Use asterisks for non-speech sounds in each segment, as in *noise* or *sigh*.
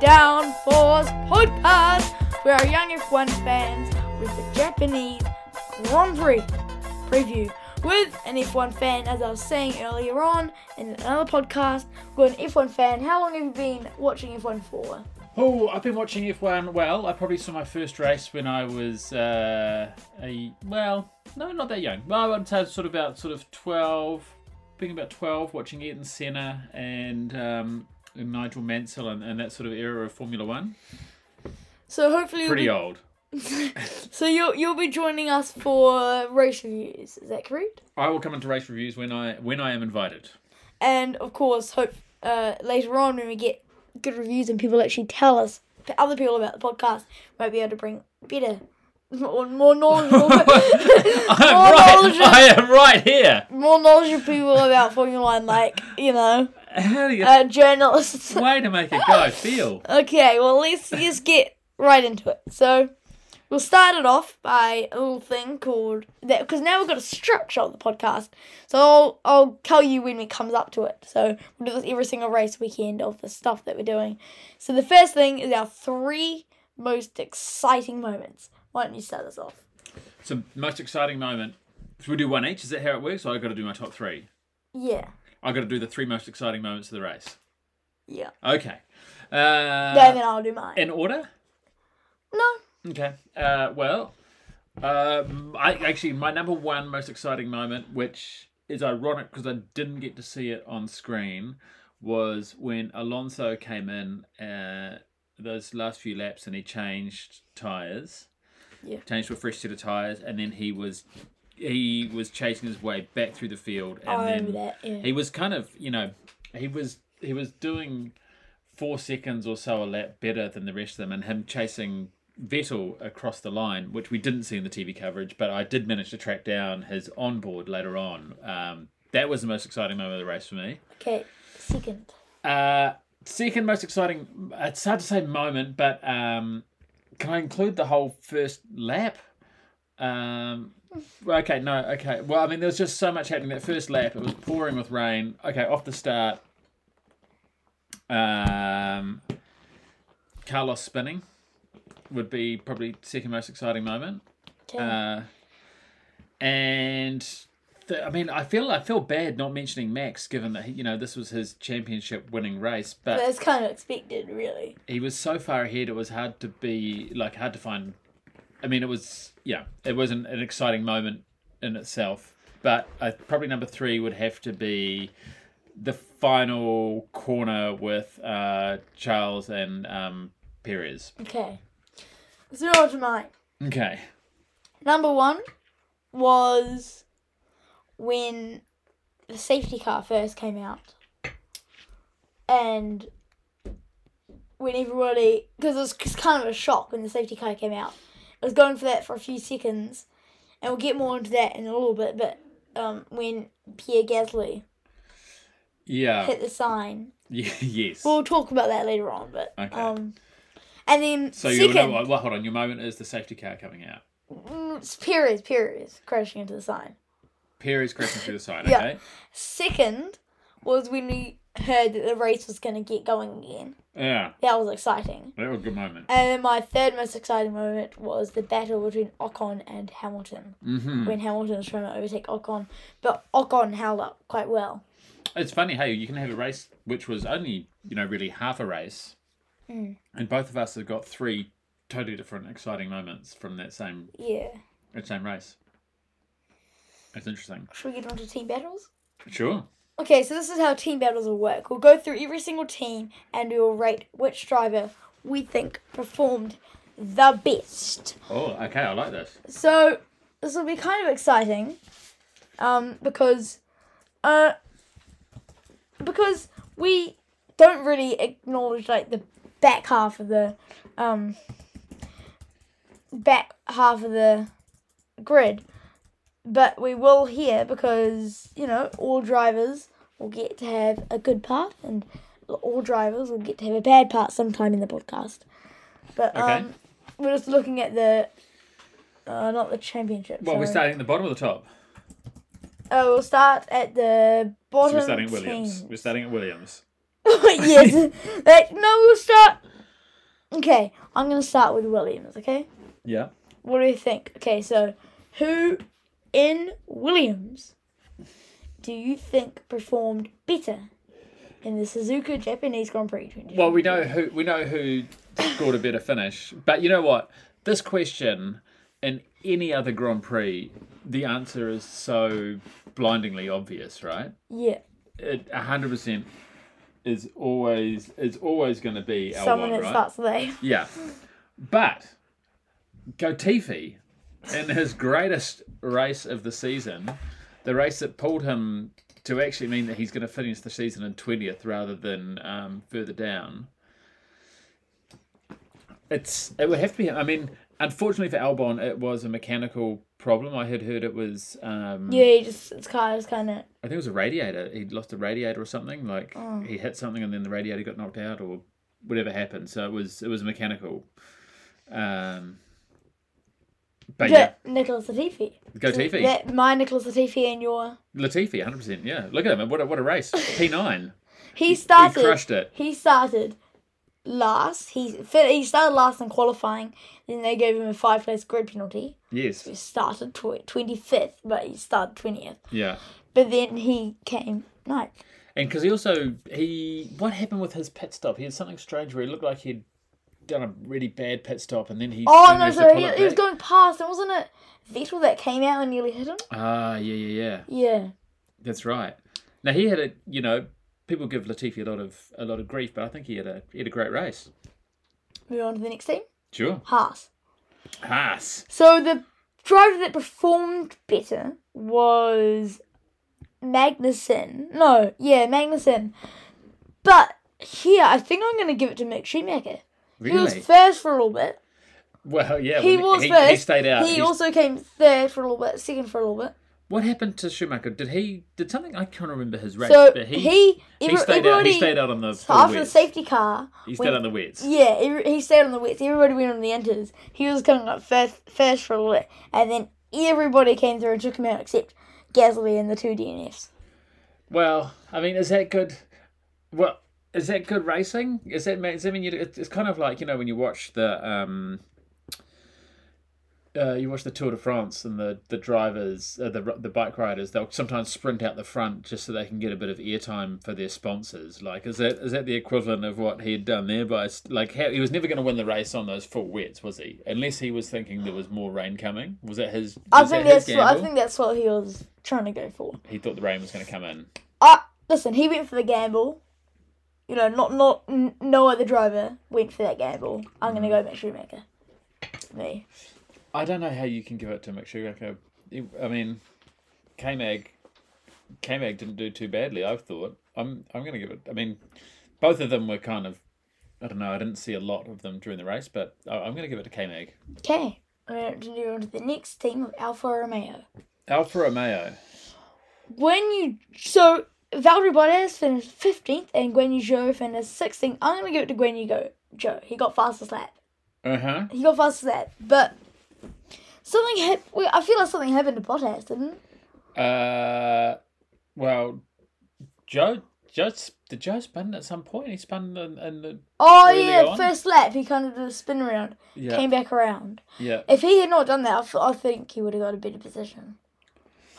Down Falls podcast. We are Young F1 fans with the Japanese Grand Prix preview with an F1 fan, as I was saying earlier on in another podcast. We're an F1 fan. How long have you been watching F1 for? Oh, I've been watching F1. Well, I probably saw my first race when I was uh, a well, no, not that young. Well, I'd say sort of about sort of twelve, being about twelve, watching Ayrton Senna and, um, and Nigel Mansell and, and that sort of era of Formula One. So hopefully, Pretty you'll old. be, so you'll you'll be joining us for race reviews. Is that correct? I will come into race reviews when I when I am invited. *laughs* and of course hope uh, later on when we get good reviews and people actually tell us p- other people about the podcast we might be able to bring better or more knowledgeable I'm more, right. knowledgeable I am right here. more knowledgeable people about Formula One like you know How do you? uh, journalists way to make a guy feel. okay well let's just get right into it so we'll start it off by a little thing called that because now we've got a structure of the podcast so I'll, I'll tell you when it comes up to it so we'll do this every single race weekend of the stuff that we're doing so the first thing is our three most exciting moments why don't you start us off It's the most exciting moment. Should we do one each? Is that how it works? I've got to do my top three. yeah I've got to do the three most exciting moments of the race. yeah Okay. no, Uh, then i'll do mine in order? no Okay. Uh, well, um, I actually my number one most exciting moment, which is ironic because I didn't get to see it on screen, was when Alonso came in uh, those last few laps and he changed tires. Yeah. Changed to a fresh set of tires, and then he was he was chasing his way back through the field, and i then remember Oh, that yeah he was kind of you know he was he was doing four seconds or so a lap better than the rest of them and him chasing Vettel across the line which we didn't see in the TV coverage but I did manage to track down his onboard later on um, that was the most exciting moment of the race for me okay second uh, second most exciting it's hard to say moment but um, can I include the whole first lap um, well, okay, no, okay. Well, I mean, there was just so much happening. That first lap, it was pouring with rain. Okay, off the start. Um, Carlos spinning would be probably second most exciting moment. okay Uh, and the, I mean, I feel I feel bad not mentioning Max, given that he, you know this was his championship winning race, but that's kind of expected really he was so far ahead it was hard to be like hard to find i mean it was yeah it was an, an exciting moment in itself but uh, probably number three would have to be the final corner with uh, charles and um, perez okay zero to mine okay Number one was when the safety car first came out, and when everybody, because it was just kind of a shock when the safety car came out. I was going for that for a few seconds, and we'll get more into that in a little bit. But um, when Pierre Gasly yeah hit the sign, Y- *laughs* yes we'll talk about that later on. But Okay. um, and then so you second, know what well, hold on your moment is the safety car coming out Mm, it's Perez, Perez crashing into the sign. perez crashing through the side Yeah. okay Second was when we heard that the race was going to get going again. yeah That was exciting. that was a good moment And then my third most exciting moment was the battle between Ocon and Hamilton. hmm When Hamilton was trying to overtake Ocon, but Ocon held up quite well. It's funny, hey, you can have a race which was only, you know, really half a race. Mm. And both of us have got three totally different exciting moments from that same Yeah. that same race. That's interesting. Should we get on to team battles? Sure. Okay, so this is how team battles will work. We'll go through every single team and we will rate which driver we think performed the best. Oh, okay, I like this. So this will be kind of exciting, um, because, uh, because we don't really acknowledge like the back half of the, um, back half of the grid, but we will here because you know all drivers will get to have a good part and all drivers will get to have a bad part sometime in the podcast. But Okay. um, we're just looking at the uh, not the championship. Well, we're sorry. starting at the bottom of the top. Oh, we'll start at the bottom. *laughs* Oh, So we're starting at Williams. team. *laughs* We're starting at Williams. yes. Like, no, we'll start. Okay, I'm gonna start with Williams. Okay, Yeah. what do you think? Okay, so who in Williams do you think performed better in the Suzuka Japanese Grand Prix? 2020? Well, we know who we know who scored a better finish, but you know what? This question in any other Grand Prix, the answer is so blindingly obvious, right? yeah, It a hundred percent is always is always going to be L someone one, that right? starts with A. Yeah, but Gotifi, in his greatest race of the season, the race that pulled him to actually mean that he's going to finish the season in twentieth rather than um, further down. It's it would have to be. I mean, unfortunately for Albon, it was a mechanical problem. I had heard it was. Um, *laughs* Yeah, he just it's kind of it's kind of I think it was a radiator. He lost a radiator or something. Like Oh. he hit something and then the radiator got knocked out or whatever happened. So it was it was mechanical. Um, but yeah, Nicholas Latifi. go TV. Yeah, my Nicholas Latifi and your Latifi, 100. percent Yeah, look at him. What a, what a race. *laughs* P9. he started. crushed it. He started last. He fin- he started last in qualifying. Then they gave him a five place grid penalty. Yes. He started twenty fifth, but he started twentieth. Yeah. But then he came ninth. And because he also he what happened with his pit stop? He had something strange where it looked like he'd done a really bad pit stop and then he. Oh he no! managed to So pull he, it he was back. going past, and wasn't it Vettel that came out and nearly hit him? Ah, yeah, yeah, yeah. Yeah. That's right. Now he had a you know people give Latifi a lot of a lot of grief, but I think he had a he had a great race. Move on to the next team. Sure. Haas. Haas. So the driver that performed better was Magnussen. No, yeah, Magnussen. But here, I think I'm going to give it to Mick Schumacher. He was Really? first for a little bit. well, yeah. He well, was he, first. He stayed out. He He's- also came third for a little bit, second for a little bit. what happened to Schumacher? Did he did something? I can't remember his race. So but he, he every- stayed out. everybody, He stayed out on the. so the after the wets. safety car, He stayed when- on the wets. yeah, he, he stayed on the wets. Everybody went on the enters. He was coming up first, first for a little bit, and then everybody came through and took him out except Gasly and the two DNFs. Well, I mean, is that good? Well, is that good racing? Is that does that mean you? It's it's kind of like you know when you watch the um. Uh, you watch the Tour de France and the the drivers, uh, the r- the bike riders. They'll sometimes sprint out the front just so they can get a bit of airtime for their sponsors. Like, is that is that the equivalent of what he had done there? By s- like, how, he was never going to win the race on those full wets, was he? Unless he was thinking there was more rain coming. Was that his? I was that think his that's what, I gamble? think that's what he was trying to go for. he thought the rain was going to come in. Uh, listen, he went for the gamble. You know, not not n- no other driver went for that gamble. I'm gonna go Max Schumacher. Me. I don't know how you can give it to Mick Schumacher. It- I mean, K Mag, K Mag didn't do too badly. I've thought. I'm I'm going to give it. I mean, both of them were kind of. I don't know. I didn't see a lot of them during the race, but I- I'm going to give it to K Mag. Okay, we're going to do on to the next team of Alfa Romeo. Alfa Romeo. When you so Valtteri Bottas finished fifteenth and Guan Yu Zhou finished sixteenth. I'm gonna give it to Guan Yu Go Joe. He got fastest lap. Uh huh. He got fastest lap, but something hap- well, I feel like something happened to Bottas, didn't? it? Uh, well, Joe. Joe sp- did Joe spin at some point? He spun in, in the Oh Early yeah, on? first lap he kind of did a spin around, yeah came back around. yeah. If he had not done that, I, th- I think he would have got a better position.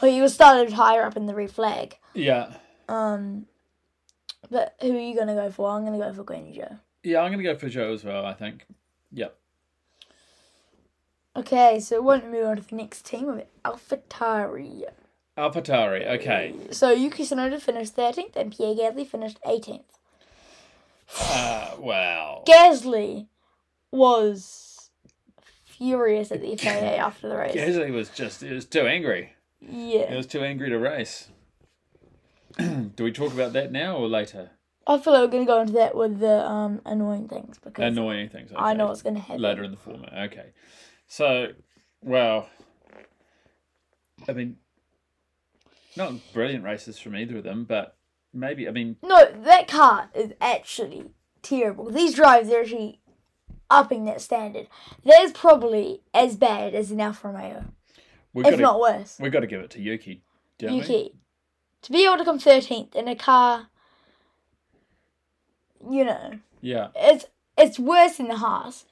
Well, he was started higher up in the red flag. Yeah. Um, but who are you gonna go for? I'm gonna go for Granny Joe. Yeah, I'm going to go for Joe as well, I think. Yep. Okay, so we want to move on to the next team of AlphaTauri. Alpatari, okay. So Yuki Tsunoda finished thirteenth, and Pierre Gasly finished eighteenth. Uh, wow. Gasly was furious at *coughs* the FIA after the race. Gasly was just he was too angry. He Yeah, was too angry to race. *clears throat* Do we talk about that now or later? I feel like we're gonna go into that with the um annoying things because Annoying things. Okay. I know what's gonna happen. later in the format. Okay, so wow. I mean, not brilliant races from either of them, but maybe I mean No, that car is actually terrible. These drives are actually upping that standard. That is probably as bad as an Alfa Romeo, we've got if to not worse. we've got to give it to Yuki. Don't Yuki, We? to be able to come thirteenth in a car, you know, Yeah. it's it it's worse in the Haas.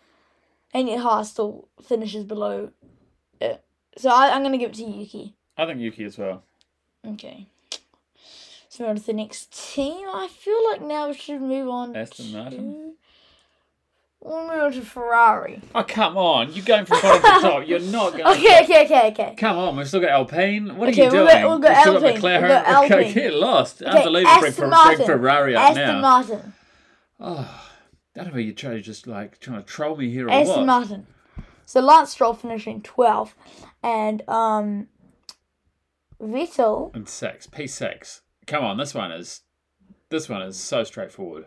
And yet Haas still finishes below it. So I, I'm going to give it to Yuki. I think Yuki as well. Okay. So we're on to the next team. I feel like now we should move on Aston to... Martin? We'll move on to Ferrari. Oh come on! You're going from bottom *laughs* to top. You're not going. Okay, okay, okay, okay. Come on, we've still got Alpine. What are Okay, you we'll doing? go- we'll go have still Alpine, got we'll McLaren. go We've got- Alpine. Get lost. Okay, Unbelievable. Bring, Aston Fer- Martin. bring Ferrari up Aston now. Martin. Oh, I don't know. You're trying to just like trying to troll me here or Aston what? Martin. So Lance Stroll finishing 12th. And um, Vettel. and six. P six. Come on, this one is this one is so straightforward.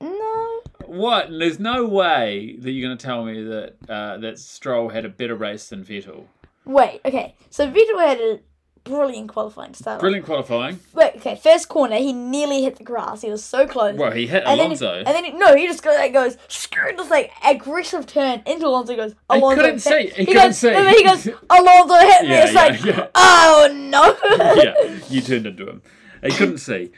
No. What? And there's no way that you're going to tell me that uh, that Stroll had a better race than Vettel. Wait, okay. So Vettel had a brilliant qualifying start. Brilliant qualifying. Wait, okay. First corner, he nearly hit the grass. He was so close. Well, he hit And then, Alonso. and then he, no, he just goes like goes screw this like aggressive turn into Alonso. He Goes Alonso. couldn't see, he couldn't goes, see. And then he *laughs* goes Alonso hit me. Yeah, it's yeah, like yeah. oh no. *laughs* yeah, you turned into him. He couldn't see.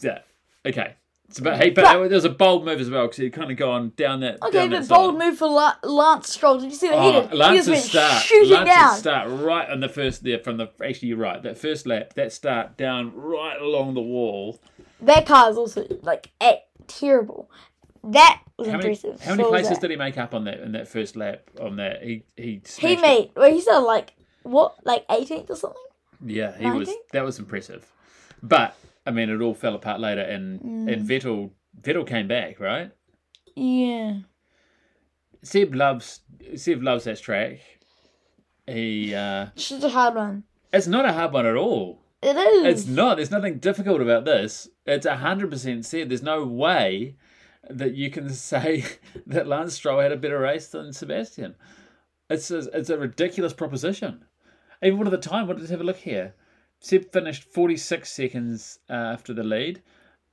Yeah. Okay. So, but hey, but, But- there was- there was a bold move as well because he kind of gone down that. Okay, down but that bold side. move for La- Lance Stroll. Did you see what he Oh, did? he just Lance's went start. shooting Lance's down. start right on the first there from the. Actually, you're right. That first lap, that start down right along the wall. That car is also like eh, terrible. That was How many, impressive. how many So was places that. did he make up on that in that first lap? On that, he he he smashed it. made? Well, he said like what, like 18th or something. Yeah, he was. 90? That was impressive. But I mean, it all fell apart later, and Mm. and Vettel Vettel came back right. Yeah. Seb loves Seb loves that track. He uh It's just a hard one. it's not a hard one at all. It is. It's not. There's nothing difficult about this. It's hundred percent Seb. There's no way that you can *laughs* say that Lance Stroll had a better race than Sebastian. It's a, it's a ridiculous proposition. Even one at the time, what let's have a look here. Seb finished forty six seconds uh, after the lead,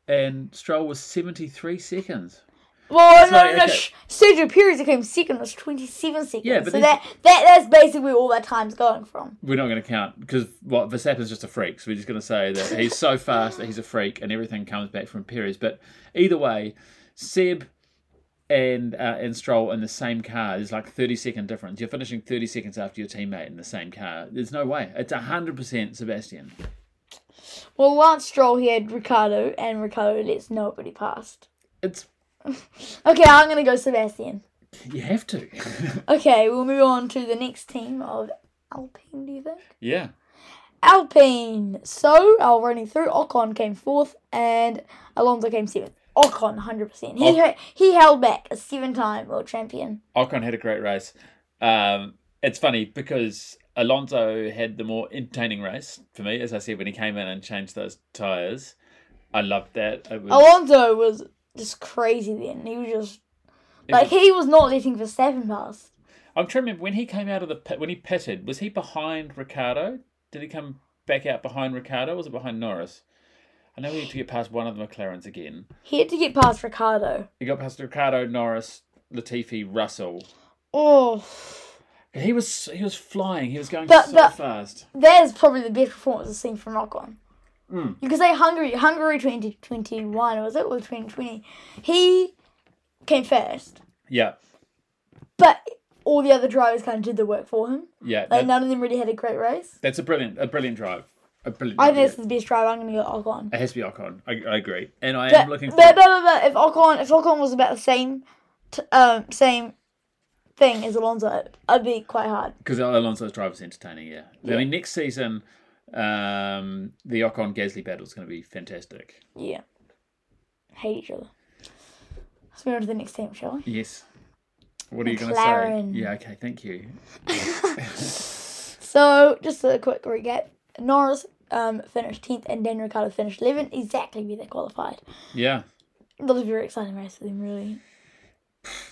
and Stroll was seventy three seconds. Well, It's no, like, no, no. okay. sh Sergio Perez that came second was 27 seconds. Yeah, but so then- that, that that's basically all that time's going from. We're not going to count because what Verstappen's just a freak. So we're just going to say that he's so fast that he's a freak, and everything comes back from Perez. But either way, Seb and uh, and Stroll in the same car is like thirty second difference. You're finishing thirty seconds after your teammate in the same car. There's no way. It's hundred percent Sebastian. Well, Lance Stroll, he had Ricardo, and Ricardo lets nobody past. It's Okay, I'm going to go Sebastian. you have to. *laughs* Okay, we'll move on to the next team of Alpine, do you think? yeah. Alpine! So, I'll run you through. Ocon came fourth, and Alonso came seventh. Ocon, 100%. He, Oc- he held back a seven time world champion. Ocon had a great race. Um, it's funny because Alonso had the more entertaining race for me, as I said when he came in and changed those tires. I loved that. It was, Oh, Alonso was just crazy then. He was just it Like was- he was not letting Verstappen pass. I'm trying to remember when he came out of the pit. When he pitted, was he behind Ricardo? Did he come back out behind Ricardo? Or was it behind Norris? I know we had to get past one of the McLarens again. He had to get past Ricardo. He got past Ricardo, Norris, Latifi, Russell. Oh, He was he was flying. He was going But- so but- fast. that is probably the best performance I've seen from Ocon. Mm. You could say Hungary, Hungary twenty twenty one was it or twenty twenty? He came first, Yeah, but all the other drivers kind of did the work for him. yeah. Like that- none of them really had a great race. that's a brilliant a brilliant drive. A brilliant. I drive, yeah. think this is the best driver. I'm going to go Ocon. It has to be Ocon. I, I agree, and I But, am looking but, for. but, but, but if Ocon if Ocon was about the same, t- um, same thing as Alonso, I'd be quite hard. because Alonso's drive is entertaining. Yeah, I mean next season, um, the Ocon Gasly battle is going to be fantastic. Yeah. Hate each other. Let's move on to the next team, shall we? Yes. What are you going to McLaren. say? Yeah. Okay. Thank you. So, just a quick recap. Norris um, finished 10th and Dan Ricciardo finished 11th, exactly where they qualified. Yeah. That was a very exciting race for them, really.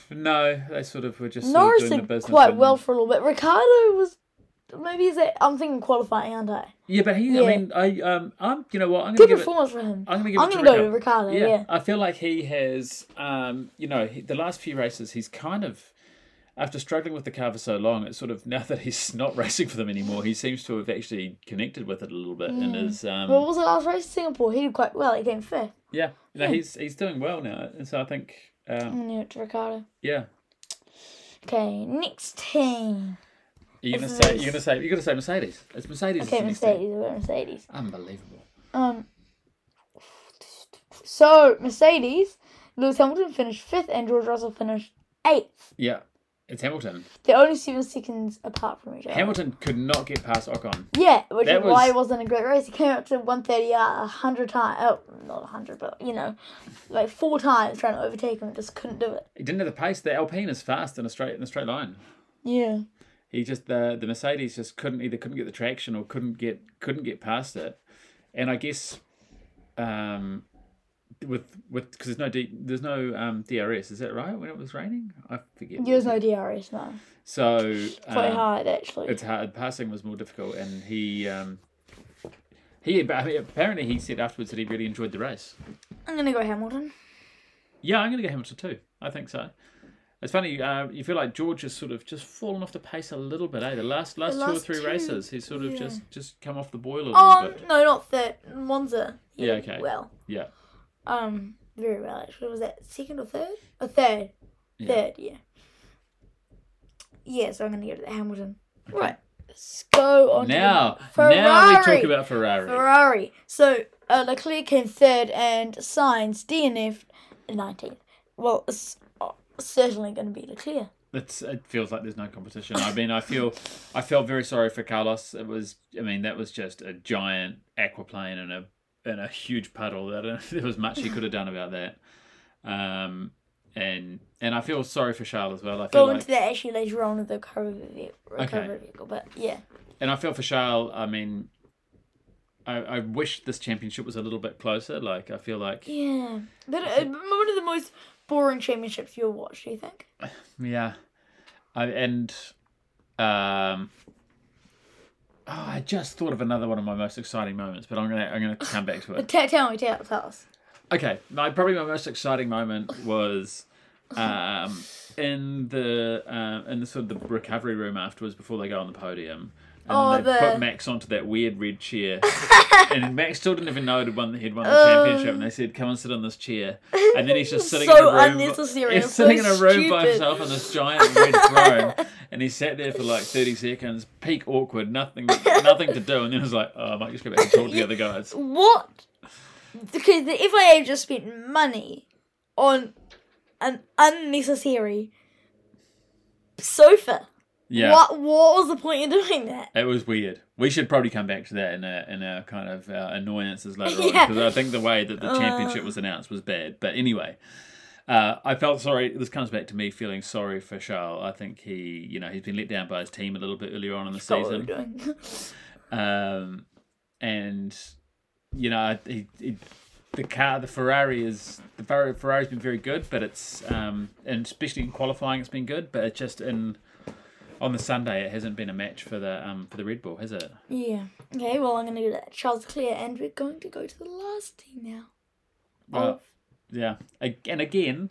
No, they sort of were just sort of Norris doing the did business. quite weren't well they? for a little bit. Ricardo was. Maybe is it. I'm thinking qualifying, aren't I? Yeah, but he. Yeah. I mean, I um, I'm. You know what? I'm Good going to give it. performance for him. I'm going to give I'm it going to to go to Ricardo. Ricardo, yeah. yeah, I feel like he has, um, you know, he, the last few races, he's kind of, after struggling with the car for so long, it's sort of *laughs* now that he's not racing for them anymore, he seems to have actually connected with it a little bit and Mm. is, um, But what was the last race? Singapore. He did quite well. He came fifth. yeah, no, he's he's doing well now, and so I think Um, I knew it, Ricardo. yeah. Okay, next team. Are you gonna This say is- you're gonna say you're gonna say Mercedes? It's Mercedes. Okay, is the next team. Mercedes. We're Mercedes. Unbelievable. Um. So Mercedes, Lewis Hamilton finished fifth, and George Russell finished eighth. Yeah, it's Hamilton. They're only seven seconds apart from each other. Hamilton could not get past Ocon. Yeah, which is That why was- it wasn't a great race. He came up to 130 a hundred times. Oh, not a hundred, but you know, like four times trying to overtake him. Just couldn't do it. He didn't have the pace. The Alpine is fast in a straight in a straight line. Yeah. He just the the Mercedes just couldn't either couldn't get the traction or couldn't get couldn't get past it. And I guess, um, with with because there's no D, there's no um DRS. Is that right? When it was raining, I forget. There was no DRS, no. So Quite um, hard, actually. it's hard. Passing was more difficult, and he um, he I mean, apparently he said afterwards that he really enjoyed the race. I'm going to go Hamilton. Yeah, I'm going to go Hamilton too. I think so. It's funny. Uh, you feel like George has sort of just fallen off the pace a little bit. Eh? The last last, two or last three two, races, he's sort of yeah. just just come off the boil a little Um, bit. no, not third. Monza. he Yeah, did okay. Well, Yeah, um, very well, actually. Was that second or third? Or third. Yeah. Third, yeah. Yeah, so I'm going to go to the Hamilton. Right. Let's go on to the now now we talk Ferrari. about Ferrari. Ferrari. So uh, Leclerc came third, and Sainz DNF nineteenth. Well, it's uh, certainly going to be Leclerc. It's, it feels like there's no competition. I mean, I feel I felt very sorry for Carlos. It was, I mean, that was just a giant aquaplane and a and a huge puddle. I don't know if *laughs* there was much he could have done about that. Um, and and I feel sorry for Charles as well. I feel Go like, into that actually later on with the recovery vehicle, recovery vehicle, but yeah, and I feel for Charles. I mean, I, I wish this championship was a little bit closer. Like I feel like yeah. But uh, one of the most boring championships you'll watch. Do you think? Yeah, I and um, oh, I just thought of another one of my most exciting moments, but I'm gonna I'm gonna come back to But it. tell, tell me, tell, tell us. Okay, my probably my most exciting moment was um in the um in the sort of the recovery room afterwards before they go on the podium. And Oh, they the- put Max onto that weird *laughs* red chair, and Max still didn't even know he'd won, he'd won the Oh. championship. And they said, "Come and sit on this chair," and then he's just sitting So in a room. unnecessary, He's so sitting in a room by stupid. himself on this giant red throne, and he sat there for like thirty seconds, peak awkward, nothing, nothing to do. And then he was like, "Oh, I might just go back and *laughs* talk to the other guys." What? Because the FIA just spent money on an unnecessary sofa. Yeah. What? What was the point of doing that? It was weird. We should probably come back to that in a in our kind of uh, annoyances later on Yeah. because I think the way that the championship was announced was bad. But anyway, uh, I felt sorry. This comes back to me feeling sorry for Charles. I think he, you know, he's been let down by his team a little bit earlier on in the Got what we were season, doing. um, and you know, he, he, the car, the Ferrari is the Fer- Ferrari's been very good, but it's um, and especially in qualifying, it's been good, but it just in. On the Sunday, it hasn't been a match for the um, for the Red Bull, has it? Yeah. Okay, well, I'm going to do that. Charles Clear, and we're going to go to the last team now. Well, yeah. A- And again,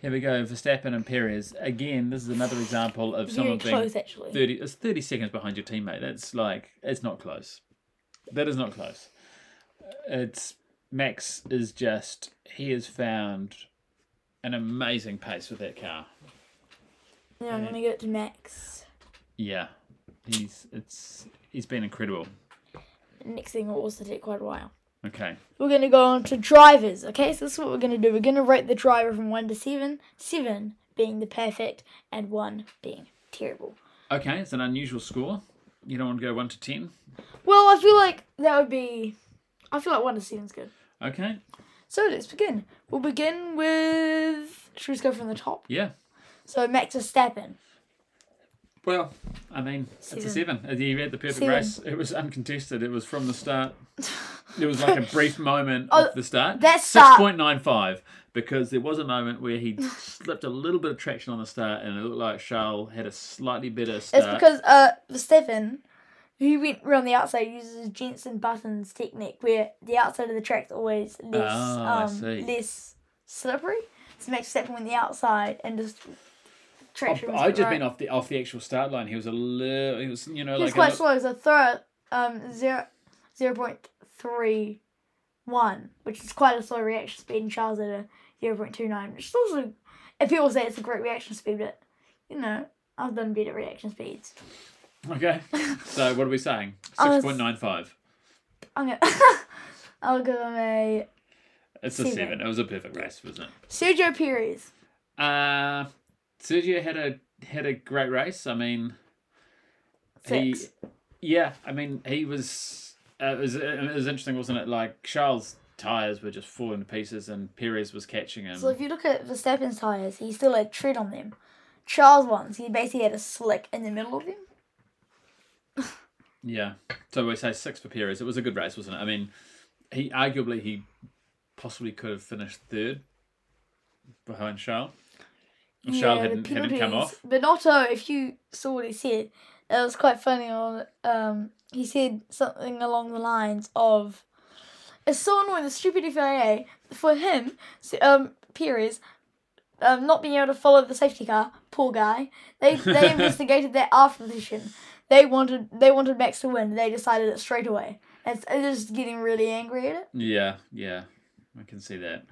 here we go. Verstappen and Perez. Again, this is another example of Very someone being close, actually. thirty. It's thirty seconds behind your teammate. That's like it's not close. That is not close. It's Max is just he has found an amazing pace with that car. Now I'm going to go to Max. Yeah, he's it's he's been incredible. Next thing will also take quite a while. Okay, We're going to go on to drivers, okay? So this is what we're going to do. We're going to rate the driver from 1 to 7, 7 being the perfect, and 1 being terrible. okay, it's an unusual score. You don't want to go one to ten. Well, I feel like that would be. I feel like 1 to 7 is good. Okay, So let's begin. We'll begin with. Should we just go from the top? yeah. So Max Verstappen. Well, I mean, it's a Seven. seven. He had the perfect Seven. race. It was uncontested. It was from the start. It was like *laughs* a brief moment Oh, of the start. that six start- point nine five because there was a moment where he slipped a little bit of traction on the start, and it looked like Charles had a slightly better start. It's because uh Verstappen, he went around the outside, uses Jensen Button's technique where the outside of the track's always less Oh, I um see. less slippery. So Max Verstappen went the outside and just traction. was I just right. mean off the off the actual start line. He was a little. He was you know He was like quite slow. a, So throw um zero zero point three one, which is quite a slow reaction speed, and Charles at a zero point two nine, which is also, if people say it's a great reaction speed, but you know, I've done better reaction speeds. Okay. *laughs* So what are we saying? I was- Six point nine five. I'm gonna, *laughs* I'll give them a It's a Seven. seven. It was a perfect race, wasn't it? Sergio Perez. Uh Sergio had a had a great race. I mean, Six. he yeah. I mean, he was uh, it was it was interesting, wasn't it? Like Charles' tires were just falling to pieces, and Perez was catching him. So if you look at Verstappen's tires, he still had tread on them. Charles' ones, he basically had a slick in the middle of them. Yeah. So we say six for Perez. It was a good race, wasn't it? I mean, he arguably he possibly could have finished third behind Charles. If Charles the hadn't, hadn't come penalties. off. But also, if you saw what he said, it was quite funny. On um, he said something along the lines of, "It's so annoying, the stupid FIA for him, so, um, Perez, um, not being able to follow the safety car. Poor guy. They they *laughs* investigated that after the session. They wanted they wanted Max to win. They decided it straight away. It's, it's just getting really angry at it. Yeah, yeah. I can see that.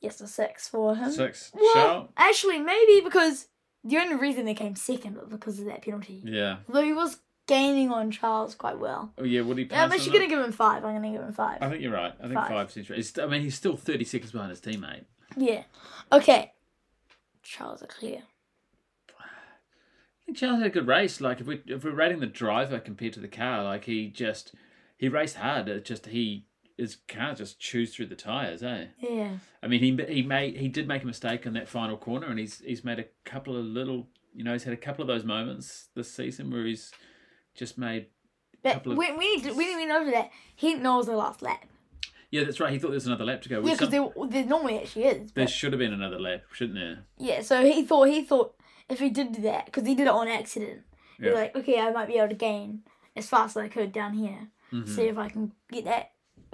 Yes, a six for him. Six. Well, Charles? actually, maybe because the only reason they came second was because of that penalty. Yeah. Though he was gaining on Charles quite well. Oh yeah, would he Yeah, I'm pass? actually him going to give him five. I'm going to give him up? I five. think you're right. I think Five. five seems right. He's- I mean, he's still 30 seconds behind his teammate. Yeah. Okay. Charles Leclerc. I think Charles had a good race. Like if we if we're rating the driver compared to the car, like he just he raced hard. It just he his car just chews through the tires, eh? Yeah. I mean, he he made he did make a mistake in that final corner, and he's he's made a couple of little, you know, he's had a couple of those moments this season where he's just made. But Couple of- we, we, need to, we need to know that he knows the last lap. Yeah, that's right. He thought there was another lap to go. Yeah, Which because some- there, there normally actually is. there But, should have been another lap, shouldn't there? yeah, so he thought he thought if he did do that, because he did it on accident, he'd be Yeah. like, okay, I might be able to gain as fast as I could down here. Mm-hmm. See if I can get that,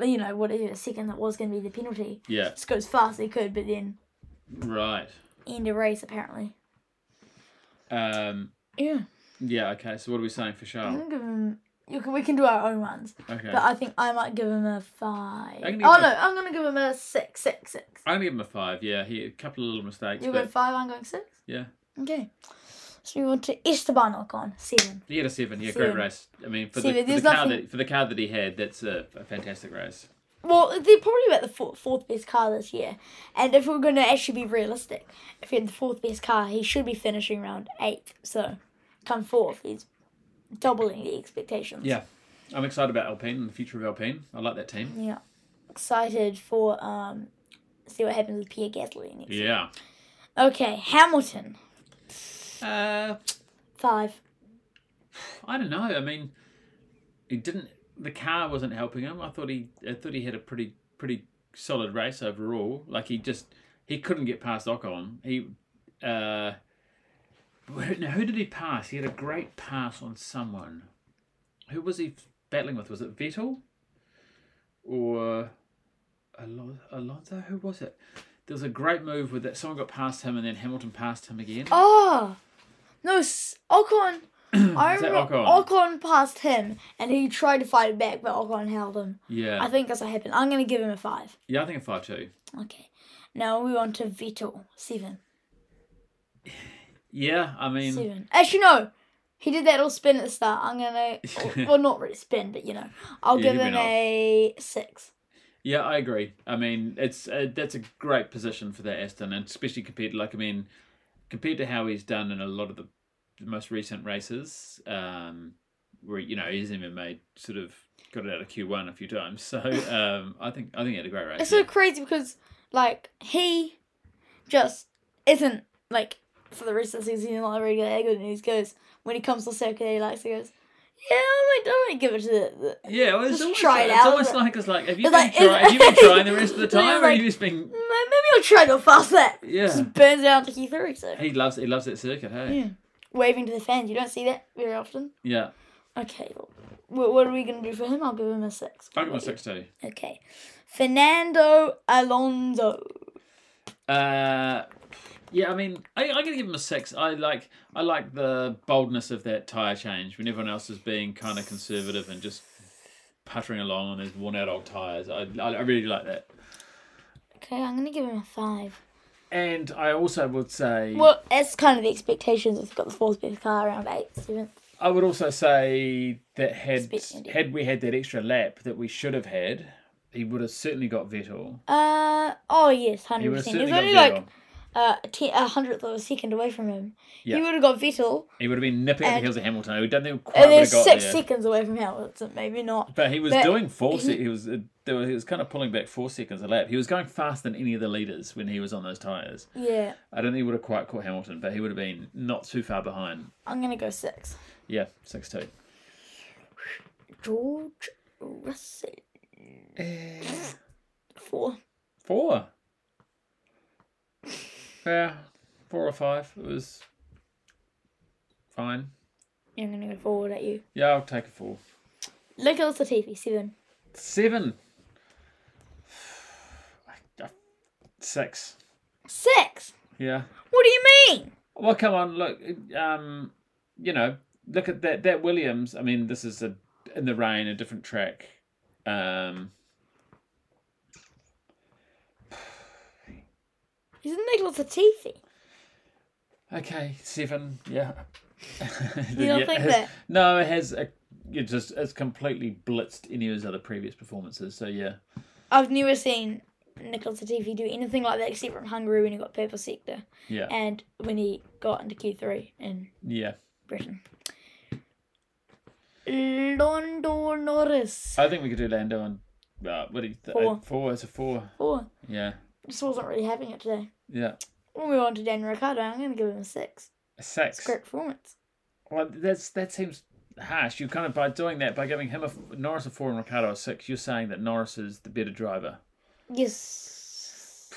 you know, whatever second that was going to be the penalty. Yeah, Just go as fast as he could, but then right. end a race apparently. Um, Yeah. yeah. Okay. So what are we saying for I'm Charles? gonna give him. You can, we can do our own ones, Oh. Okay. Mm-hmm. but I think I might give him a five. I can give Oh him a- no, i am I'm gonna give him a six, six, six. I'm gonna give him a five. Yeah, he a couple of little mistakes, You go but five, I'm going six. yeah, Okay. So we want to Esteban Ocon seven. he had a seven. Yeah, Seven. great race. I mean, for Seven, the, for there's the car nothing- that for the car that he had, that's a, a fantastic race. Well, they're probably about the four, fourth best car this year, and if we're gonna actually be realistic, if he had the fourth best car, he should be finishing around eighth. So, come fourth, he's doubling the expectations. Yeah, I'm excited about Alpine and the future of Alpine. I like that team. Yeah. Excited for um, see what happens with Pierre Gasly next. Yeah. Okay, Hamilton Uh, five. I don't know. I mean, he didn't. The car wasn't helping him. I thought he. I thought he had a pretty pretty solid race overall. Like he just he couldn't get past Ocon. He. Uh, who- now who did he pass? He had a great pass on someone. Who was he battling with? Was it Vettel? Or Alon- Alonso? Who was it? There was a great move with that. Someone got past him, and then Hamilton passed him again. Oh no, S- Ocon. I *clears throat* Is that remember Ocon? Ocon? passed him, and he tried to fight it back, but Ocon held him. I Yeah, think that's what happened. I'm gonna give him a five. yeah. I think a five two. Okay. Now we on to Vettel seven. Yeah, I mean. Seven. Actually, no. He did that little spin at the start. I'm gonna, or- *laughs* well, not really spin, but you know, I'll Yeah, give he him went off. a six. Yeah, I agree. I mean, it's uh, that's a great position for that Aston, and especially compared, like I mean, compared to how he's done in a lot of the the most recent races, um, where you know he's even made sort of got it out of Q one a few times. *laughs* So um, I think I think he had a great race. It's yeah. so crazy because like he just isn't like for the rest of the season he's not really that good and he just goes when he comes to circuit he likes he goes yeah I might, I might give it to the, the yeah, well, it's just almost, try it like, out. it's almost like it's like have you It's been like- it's- trying? Have you been trying the *laughs* rest of the It's like- time, or have you just been? "Mm, maybe I'll try to fast that Yeah, just burns down to Q3 so he loves he loves that circuit. Hey, Yeah. waving to the fans you don't see that very often yeah, okay well, what, what are we gonna do for him I'll give him a six I give him a six two. okay Fernando Alonso Uh, yeah, I mean, I, I'm gonna give him a six. I like, I like the boldness of that tire change when everyone else is being kind of conservative and just puttering along on these worn out old tires. I, I, I really like that. Okay, I'm gonna give him a five. And I also would say Well, that's kind of the expectations. I've got the fourth best car around eighth, seventh. I would also say that had Speaking of- had we had that extra lap that we should have had, he would have certainly got Vettel. Uh oh yes, He hundred would have percent. He's certainly only got like Vettel. uh, a ten- a hundredth of a second away from him. Yeah. He would have got Vettel, He would have been nipping at the and- heels of Hamilton. I don't think we quite and would then have got six there. seconds away from Hamilton. Maybe not. But he was But doing four. he- Se- he was uh, there was, he was kind of pulling back four seconds a lap. He was going faster than any of the leaders when he was on those tires. Yeah, I don't think he would have quite caught Hamilton, but he would have been not too far behind. I'm gonna go six. Yeah, six two. George Russell four. Four. Yeah, four or five. It was fine. Yeah, I'm gonna go forward at you. Yeah, I'll take a four. Nicholas Latifi seven. Seven. *sighs* I- I- Six. Six. Yeah. What do you mean? Well, come on, look, um, you know, look at that that Williams. I mean, this is a in the rain, a different track. Um, He's Nicholas Latifi. okay, seven, yeah. *laughs* You don't think has- that? No, it has a, it just it's completely blitzed any of his other previous performances. So yeah, I've never seen Nicholas Latifi do anything like that except from Hungary when he got purple sector yeah, and when he got into Q three in yeah. Britain. Lando Norris I think we could do Lando on uh, what do you th- Four. four? It's a four. four. Yeah, Just Oh, wasn't really having it today. yeah. We'll move on to Daniel Ricciardo. I'm gonna give him a six. A six. It's great performance. Well, that's that seems harsh. You kind of by doing that by giving him a Norris a four and Ricardo a six. You're saying that Norris is the better driver. Yes.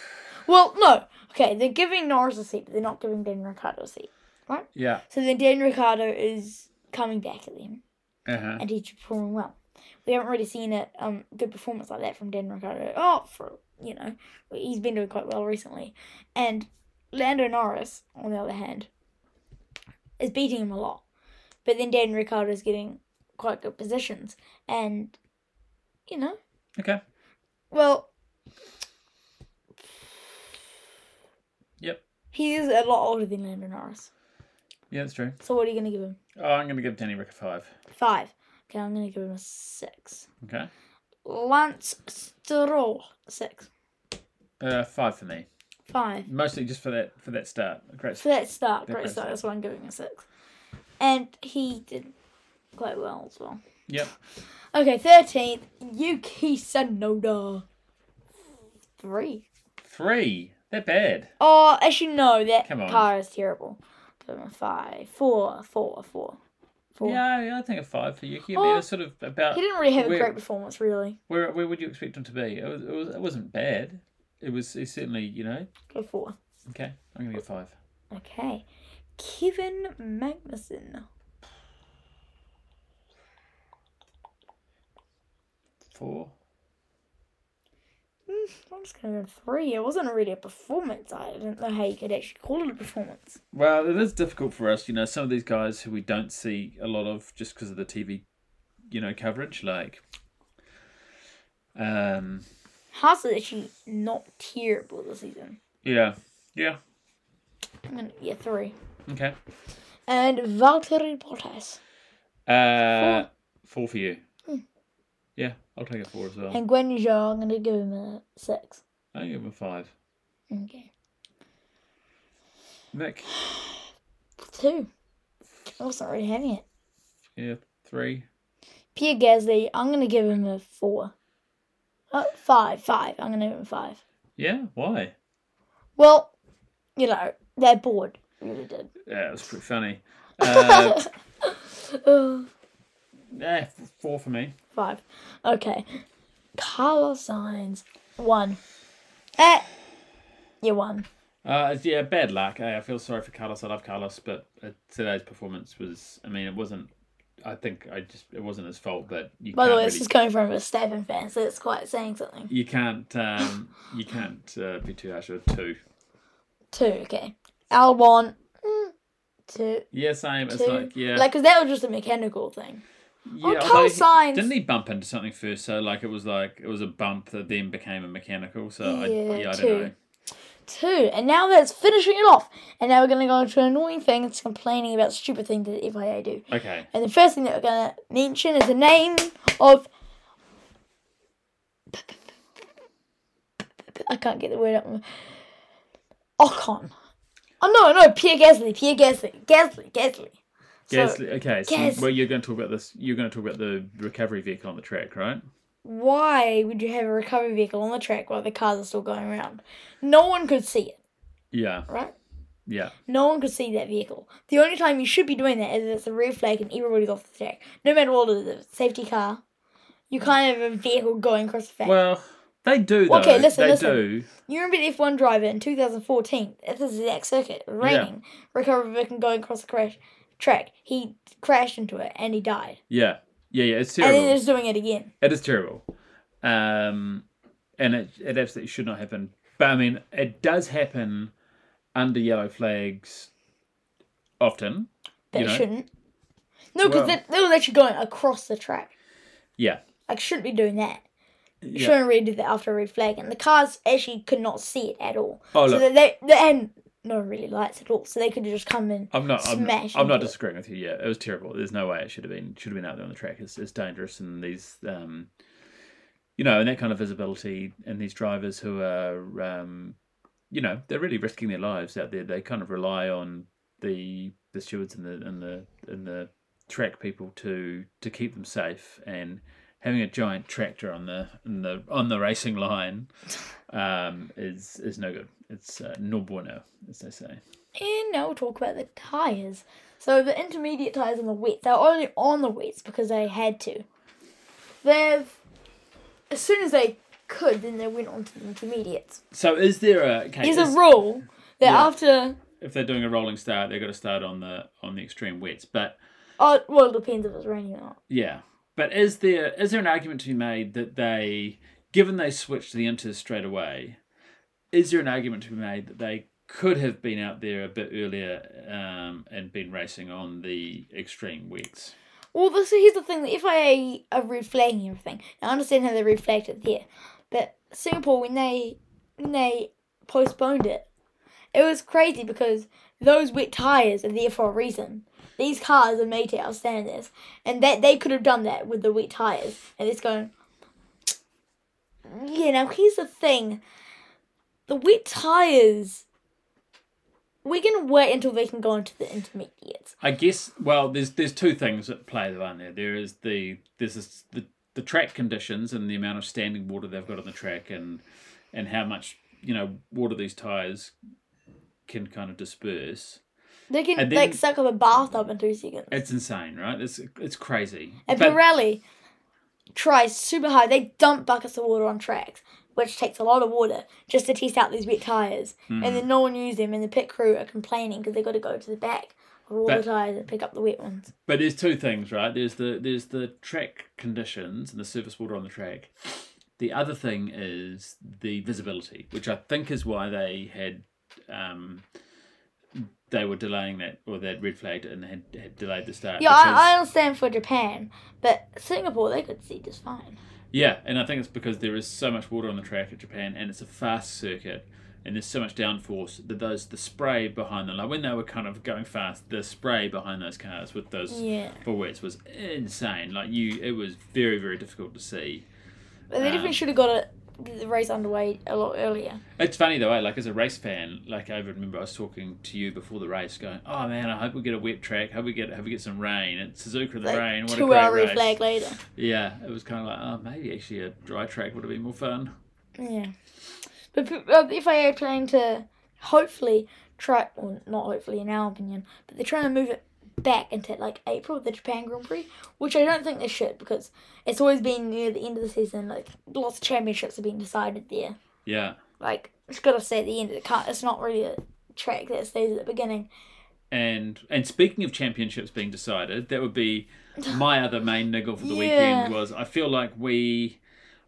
Well, no. Okay, they're giving Norris a seat, but they're not giving Daniel Ricciardo a seat. Yeah. So then Daniel Ricciardo is coming back at them. Uh-huh. and he's performing well. We haven't really seen a um, good performance like that from Dan Ricciardo. Oh, for you know, he's been doing quite well recently. And Lando Norris, on the other hand, is beating him a lot. But then Dan Ricciardo is getting quite good positions, and you know, Okay. well, Yep. he is a lot older than Lando Norris. Yeah, that's true. So what are you going to give him? Oh, I'm going to give Danny Rick a five. Five. Okay, I'm going to give him a six. Okay. Lance Stroll, six. Uh, five for me. Five. Mostly just for that for that start. Great. So that's start, Good great person. start. That's why I'm giving a six. And he did quite well as well. Yep. Okay, thirteenth, Yuki Tsunoda. Three. Three. They're bad. Oh, actually no, that Come on. car is terrible. Give him a five, four, four, four, four. Yeah, yeah, I think a five for Yuki. I mean, Oh. it was sort of about He didn't really have a We're- great performance, really. where where would you expect him to be? It was it, was, it wasn't bad. It was it certainly you know. Go four. Okay, I'm going to give five. Okay, Kevin Magnussen. Four. Mm, I'm just gonna go three. It wasn't really a performance. I didn't know how you could actually call it a performance. Well, it is difficult for us, you know. Some of these guys who we don't see a lot of just because of the TV, you know, coverage, like, um, Haas is actually not terrible this season. yeah, yeah, I'm gonna yeah three. okay. And Valtteri Bottas Uh, four, for you. Hmm. Yeah, I'll take a four as well. and Gwen Zhou. I'm gonna give him a six. I'll give him a five. Okay, Mick, two. I wasn't really having it. yeah, three. Pierre Gasly. I'm gonna give him a four. Oh, five, five. I'm gonna give him a five. Yeah, why? Well, you know they're bored. Really did. Yeah, it was pretty funny. Uh, Ugh. yeah, four for me. Five. Okay. Carlos Sainz. One. Eh. You won. Uh, yeah, bad luck. I, I feel sorry for Carlos. I love Carlos, but uh, today's performance was. I mean, it wasn't. I think I just it wasn't his fault, but you By can't the way, really, this is coming from a Stabbing fan, so it's quite saying something. you can't um, you can't uh, be too harsh with two. Two, okay. Albon, mm, two. Yeah, same. It's Two. like yeah, Like, because that was just a mechanical thing. Yeah, On although call he- signs. Didn't he bump into something first? So like it was like it was a bump that then became a mechanical. So I, Yeah, yeah, I too. don't know. Two. And now that's finishing it off. And now we're going to go into annoying things, complaining about stupid things that FIA do. Okay. And the first thing that we're going to mention is the name of. I can't get the word out. Ocon. Oh, no, no, Pierre Gasly, Pierre Gasly, Gasly, Gasly. So, Gasly. Okay. So Gas- well, you're going to talk about this. You're going to talk about the recovery vehicle on the track, right? why would you have a recovery vehicle on the track while the cars are still going around? No one could see it, Yeah. right? Yeah. No one could see that vehicle. The only time you should be doing that is if it's a red flag and everybody's off the track. No matter what it is, safety car. You can't have a vehicle going across the track. Well, they do though. Okay, listen, they listen. do. You remember the F1 driver in 2014 at the exact circuit, it was Yeah. raining, recovered Vic and going across the crash track. He crashed into it and he died. Yeah. Yeah. Yeah. It's And terrible. then they're just doing it again. It is terrible. Um, and it, it absolutely should not happen. But I mean, it does happen under yellow flags often. But you it know? shouldn't. No, because Well- they, they were actually going across the track. Yeah. Like, shouldn't be doing that. Yeah. Shouldn't really do that after a red flag. And the cars actually could not see it at all. Oh, so look. that they, they had no really lights at all. So they could have just come in. I'm not. I'm, Smash I'm not into it. disagreeing with you. Yeah, it was terrible. There's no way it should have been. Should have been out there on the track. It's, it's dangerous, and these, um, you know, and that kind of visibility, and these drivers who are, um, you know, they're really risking their lives out there. They kind of rely on the the stewards and the and the and the track people to to keep them safe. And having a giant tractor on the on the on the racing line, um, is is no good. It's uh, no bueno, as they say. And now we'll talk about the tyres. So the intermediate tyres on the wet, they're only on the wets because they had to. They've, as soon as they could, then they went on to the intermediates. So is there a okay, There's is- a rule that Yeah. after, if they're doing a rolling start, they've got to start on the on the extreme wets. But oh, well, it depends if it's raining or not. yeah, but is there is there an argument to be made that they, given they switched to the inters straight away, is there an argument to be made that they could have been out there a bit earlier um, and been racing on the extreme wets? Well, this, here's the thing: the FIA are red flagging everything. I understand how they red flagged it there, but Singapore when they when they postponed it, it was crazy because those wet tires are there for a reason. These cars are made to outstand this, and that they could have done that with the wet tires. And it's going, you know. Here's the thing: the wet tires. We're gonna wait until they can go into the intermediates. I guess well, there's there's two things at play though, aren't there? There is the there's this, the the track conditions and the amount of standing water they've got on the track and and how much you know water these tires can kind of disperse. They can And then- like suck up a bathtub in two seconds. It's insane, right? It's it's crazy. And But- Pirelli tries super hard. They dump buckets of water on tracks, which takes a lot of water, just to test out these wet tyres. Mm-hmm. And then no one used them, and the pit crew are complaining because they've got to go to the back of all But- the tyres and pick up the wet ones. But there's two things, right? There's the there's the track conditions and the surface water on the track. The other thing is the visibility, which I think is why they had um, they were delaying that or they had red flagged it and had, had delayed the start. Yeah, I, I Uh, because- understand for Japan, but Singapore, they could see just fine. yeah, and I think it's because there is so much water on the track at Japan and it's a fast circuit and there's so much downforce that those the spray behind them like when they were kind of going fast, the spray behind those cars with those Yeah. for Wits was insane. Like you, it was very very difficult to see. But they definitely Um, should have got it, the race underway a lot earlier. It's funny though, eh? like as a race fan, like I remember I was talking to you before the race, going, "Oh man, I hope we get a wet track. Hope we get hope we get some rain at Suzuka. The Like, rain, what a two great hour red race." flag later. Yeah, it was kind of like, oh, maybe actually a dry track would have been more fun. Yeah. But p- uh, the FIA are planning to hopefully try, well, not hopefully in our opinion, but they're trying to move it back into like April, the Japan Grand Prix, which I don't think they should because it's always been near the end of the season. Like lots of championships have been decided there. Yeah, Like it's got to stay at the end. It can't. It's not really a track that stays at the beginning. and and speaking of championships being decided, that *laughs* would be my other main niggle for the Yeah. weekend was I feel like we,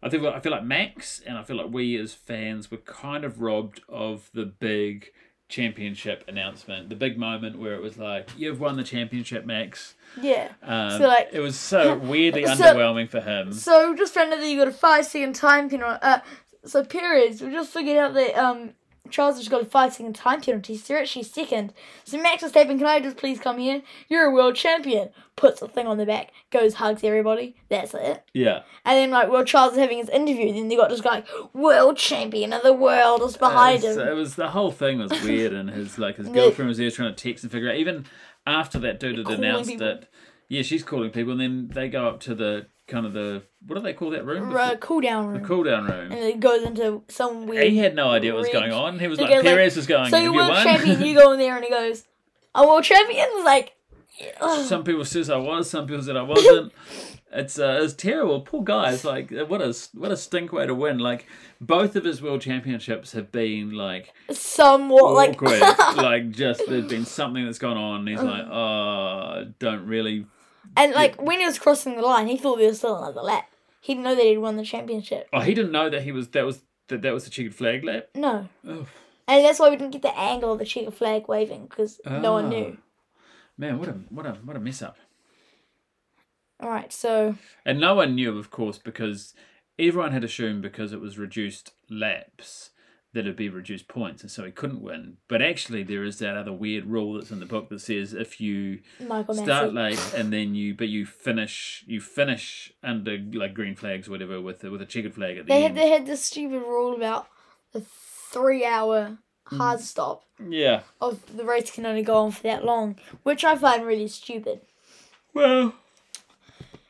I think I feel like Max and I feel like we as fans were kind of robbed of the big championship announcement, the big moment where it was like, "You've won the championship, Max." Yeah. Um, So, like- it was *laughs* so weirdly So- underwhelming for him. So just found out that you got a five second time penalty. Uh, so periods. We just figured out that um Charles has got a five second time penalty. So you're actually second. So Max was taping. Can I just please come here? You're a world champion. Puts the thing on the back. Goes hugs everybody. That's it. yeah, And then like while Charles is having his interview, then they got this guy world champion of the world Uh, is behind it was, him. it was the whole *laughs* thing was weird, and his like his girlfriend was there trying to text and figure out. Even after that dude had Calling announced people. it, yeah, she's calling people, and then they go up to the kind of the what do they call that room? R- uh, cool down the room. cool down room. and it goes into some weird. he had no idea what was going Rich. on. He was So like, he goes, Perez was going. so "Have you're you world won?" champion. You go in there and he goes, "I'm world champion." Like. ugh. *laughs* some people says I was, some people *laughs* said I wasn't. It's uh, it's terrible. Poor guy. It's like what a what a stink way to win. Like both of his world championships have been like somewhat like *laughs* awkward. like just there's been something that's gone on. He's Um, like, oh, don't really. and like when he was crossing the line he thought there was still another lap he didn't know that he'd won the championship Oh, he didn't know that he was that was that that was the checkered flag lap. no Oh, and that's why we didn't get the angle of the checker flag waving because no one knew man, what a what a what a mess up. all right so And no one knew, of course, because everyone had assumed because it was reduced laps that it'd be reduced points, and so he couldn't win. But actually, there is that other weird rule that's in the book that says if you michael start Massey. late and then you but you finish you finish under like green flags or whatever with a, with a checkered flag at the they had end. they had this stupid rule about the three hour hard stop Yeah. of the race can only go on for that long which i find really stupid Well.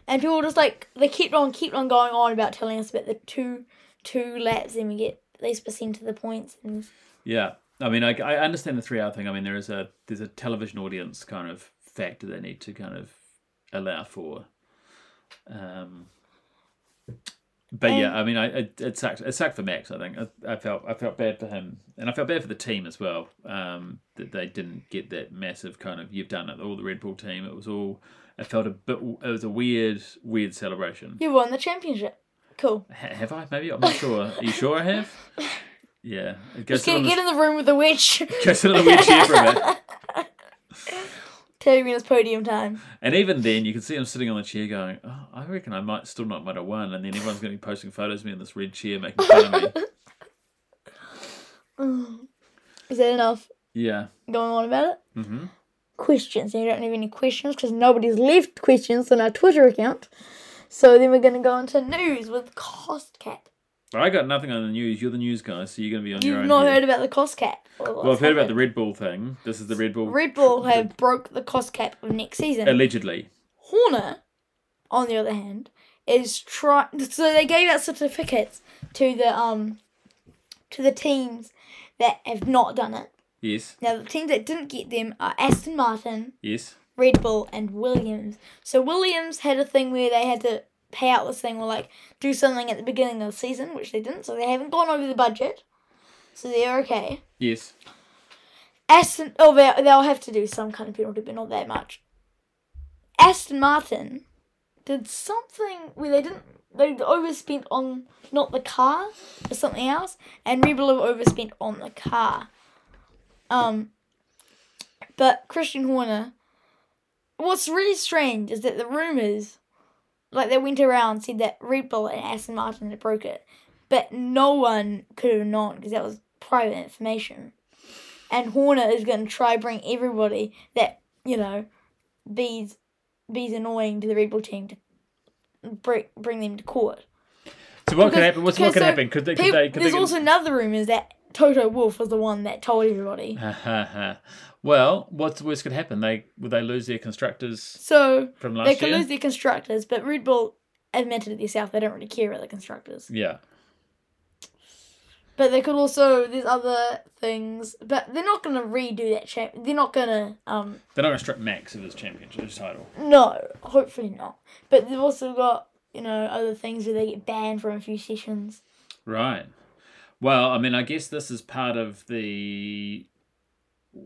and people just like they kept on kept on going on about telling us about the two two laps and we get these percent of the points and Yeah. I mean, I, I understand the three hour thing. I mean, there is a there's a television audience kind of factor they need to kind of allow for. Um, but yeah, I mean, I it, it sucked. It sucked for Max. I think I, I felt I felt bad for him, and I felt bad for the team as well. Um, that they didn't get that massive kind of you've done it. All the Red Bull team. It was all. It felt a bit. It was a weird, weird celebration. you won the championship cool Ha- have I? Maybe I'm not sure. Are you sure *laughs* I have? Yeah. It goes Just get, on the- get in the room with the witch. *laughs* go sit on the wheelchair for a minute. Tell me it's podium time. And even then, you can see him sitting on the chair going, oh, I reckon I might still not might have won. And then everyone's going to be posting photos of me in this red chair making fun *laughs* of me. Is that enough Yeah. going on about it? hmm Questions. And you don't have any questions because nobody's left questions on our Twitter account. So then we're going to go into news with Cost Cap. But I got nothing on the news. You're the news guy, so you're going to be on You've your own. not here. heard about the Cost Cap. or what's well, I've heard about the happened. Red Bull thing. This is the Red Bull. Red Bull have broke the cost cap of next season. *laughs* Allegedly. Horner, on the other hand, is try. So they gave out certificates to the um, to the teams that have not done it. Yes. Now, the teams that didn't get them are Aston Martin, Yes. Red Bull, and Williams. So, Williams had a thing where they had to pay out this thing or like do something at the beginning of the season, which they didn't. So, they haven't gone over the budget. So, they're okay. Yes. Aston, oh, they, they'll have to do some kind of penalty, but not that much. Aston Martin did something where they didn't, they overspent on not the car, but something else, and Red Bull have overspent on the car. Um, but Christian Horner, what's really strange is that the rumours, like they went around, said that Red Bull and Aston Martin had broke it, but no one could have known because that was private information and Horner is going to try bring everybody that you know bees bees annoying to the Red Bull team to bring bring them to court. So what could Because- happen? What's, what okay, could so happen? Could they? Could peop- they? Could they there's get- also another rumor is that Toto Wolf was the one that told everybody. *laughs* well, what's the worst could happen? They would they lose their constructors So from they last could year? lose their constructors, but Red Bull admitted it themselves they don't really care about the constructors. yeah. But they could also there's other things, but they're not going to redo that. Cha- they're not going to um They're not going to strip Max of his championship his title. No, hopefully not. But they've also got, you know, other things where they get banned from a few sessions. Right. Well, I mean, I guess this is part of the.